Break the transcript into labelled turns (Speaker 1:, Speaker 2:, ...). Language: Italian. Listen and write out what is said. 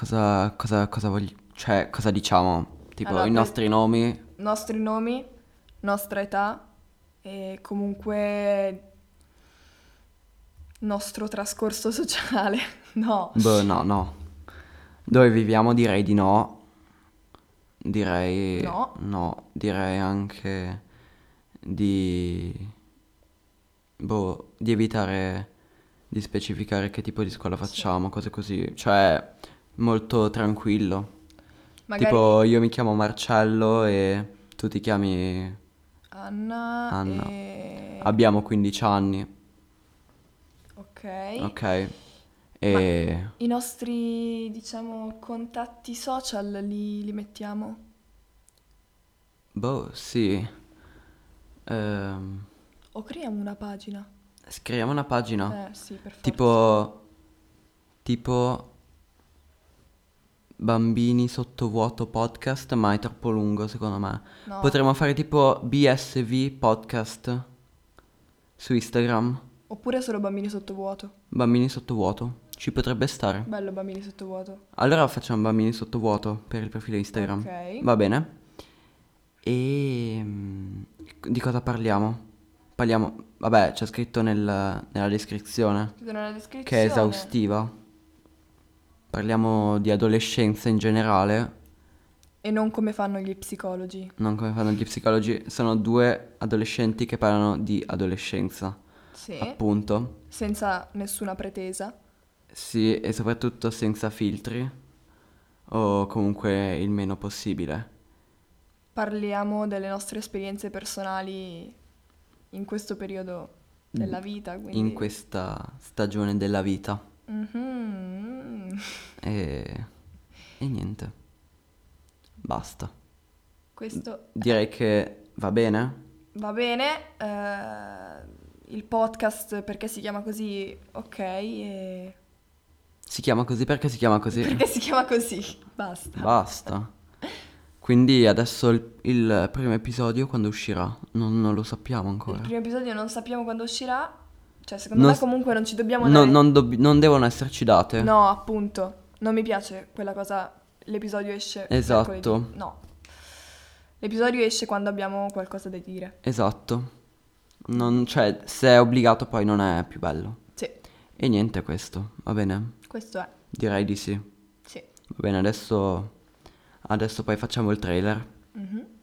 Speaker 1: cosa, cosa, cosa voglio... Cioè, cosa diciamo? Tipo,
Speaker 2: Allora,
Speaker 1: i
Speaker 2: per-
Speaker 1: nostri nomi...
Speaker 2: Nostri nomi, nostra età e comunque nostro trascorso sociale. No.
Speaker 1: Boh, no, no. Dove viviamo direi di no. Direi...
Speaker 2: No.
Speaker 1: No, direi anche di... Boh, di evitare di specificare che tipo di scuola facciamo, cose così. Cioè, molto tranquillo.
Speaker 2: Magari
Speaker 1: Tipo, io mi chiamo Marcello e tu ti chiami...
Speaker 2: Anna,
Speaker 1: Anna.
Speaker 2: e...
Speaker 1: Abbiamo 15 anni,
Speaker 2: Ok.
Speaker 1: ok? E...
Speaker 2: I nostri, diciamo, contatti social li, li mettiamo?
Speaker 1: Boh, sì. Ehm...
Speaker 2: O creiamo una pagina?
Speaker 1: Scriviamo una pagina.
Speaker 2: Eh, sì, per forza.
Speaker 1: Ah. Tipo. Tipo. Bambini sottovuoto podcast, ma è troppo lungo secondo me.
Speaker 2: No.
Speaker 1: Potremmo fare tipo BSV podcast su Instagram.
Speaker 2: Oppure solo bambini sottovuoto.
Speaker 1: Bambini sottovuoto. Ci potrebbe stare.
Speaker 2: Bello bambini sottovuoto.
Speaker 1: Allora facciamo bambini sottovuoto per il profilo Instagram.
Speaker 2: Ok.
Speaker 1: Va bene. E mm, di cosa parliamo? Parliamo, vabbè, c'è scritto nel- nella descrizione.
Speaker 2: Vedo nella descrizione.
Speaker 1: che è esaustiva. Parliamo di adolescenza in generale,
Speaker 2: E non come fanno gli psicologi.
Speaker 1: non come fanno gli psicologi. Sono due adolescenti che parlano di adolescenza,
Speaker 2: Sì.
Speaker 1: appunto.
Speaker 2: Senza nessuna pretesa.
Speaker 1: Sì, e soprattutto senza filtri, o comunque il meno possibile.
Speaker 2: Parliamo delle nostre esperienze personali in questo periodo della vita, quindi...
Speaker 1: In questa stagione della vita.
Speaker 2: Mhm.
Speaker 1: E, e niente. Basta.
Speaker 2: Questo
Speaker 1: Direi che va bene.
Speaker 2: va bene. eh, il podcast perché si chiama così, ok, e...
Speaker 1: Si chiama così perché si chiama così.
Speaker 2: Perché si chiama così? Basta.
Speaker 1: Basta. Quindi adesso il, il primo episodio quando uscirà? Non, non lo sappiamo
Speaker 2: Il
Speaker 1: ancora.
Speaker 2: primo episodio non sappiamo quando uscirà. Cioè, secondo
Speaker 1: Non
Speaker 2: me
Speaker 1: s-
Speaker 2: comunque non ci dobbiamo
Speaker 1: No-
Speaker 2: dare...
Speaker 1: non, dobb- non devono esserci date.
Speaker 2: No, appunto. Non mi piace quella cosa. L'episodio esce.
Speaker 1: Esatto.
Speaker 2: mercoledì. No. L'episodio esce quando abbiamo qualcosa da dire.
Speaker 1: Esatto. Non- cioè, se è obbligato poi non è più bello.
Speaker 2: Sì,
Speaker 1: E niente questo, va bene.
Speaker 2: questo è.
Speaker 1: Direi di sì. Va
Speaker 2: Sì.
Speaker 1: bene, adesso... Adesso poi facciamo il trailer.
Speaker 2: Mhm.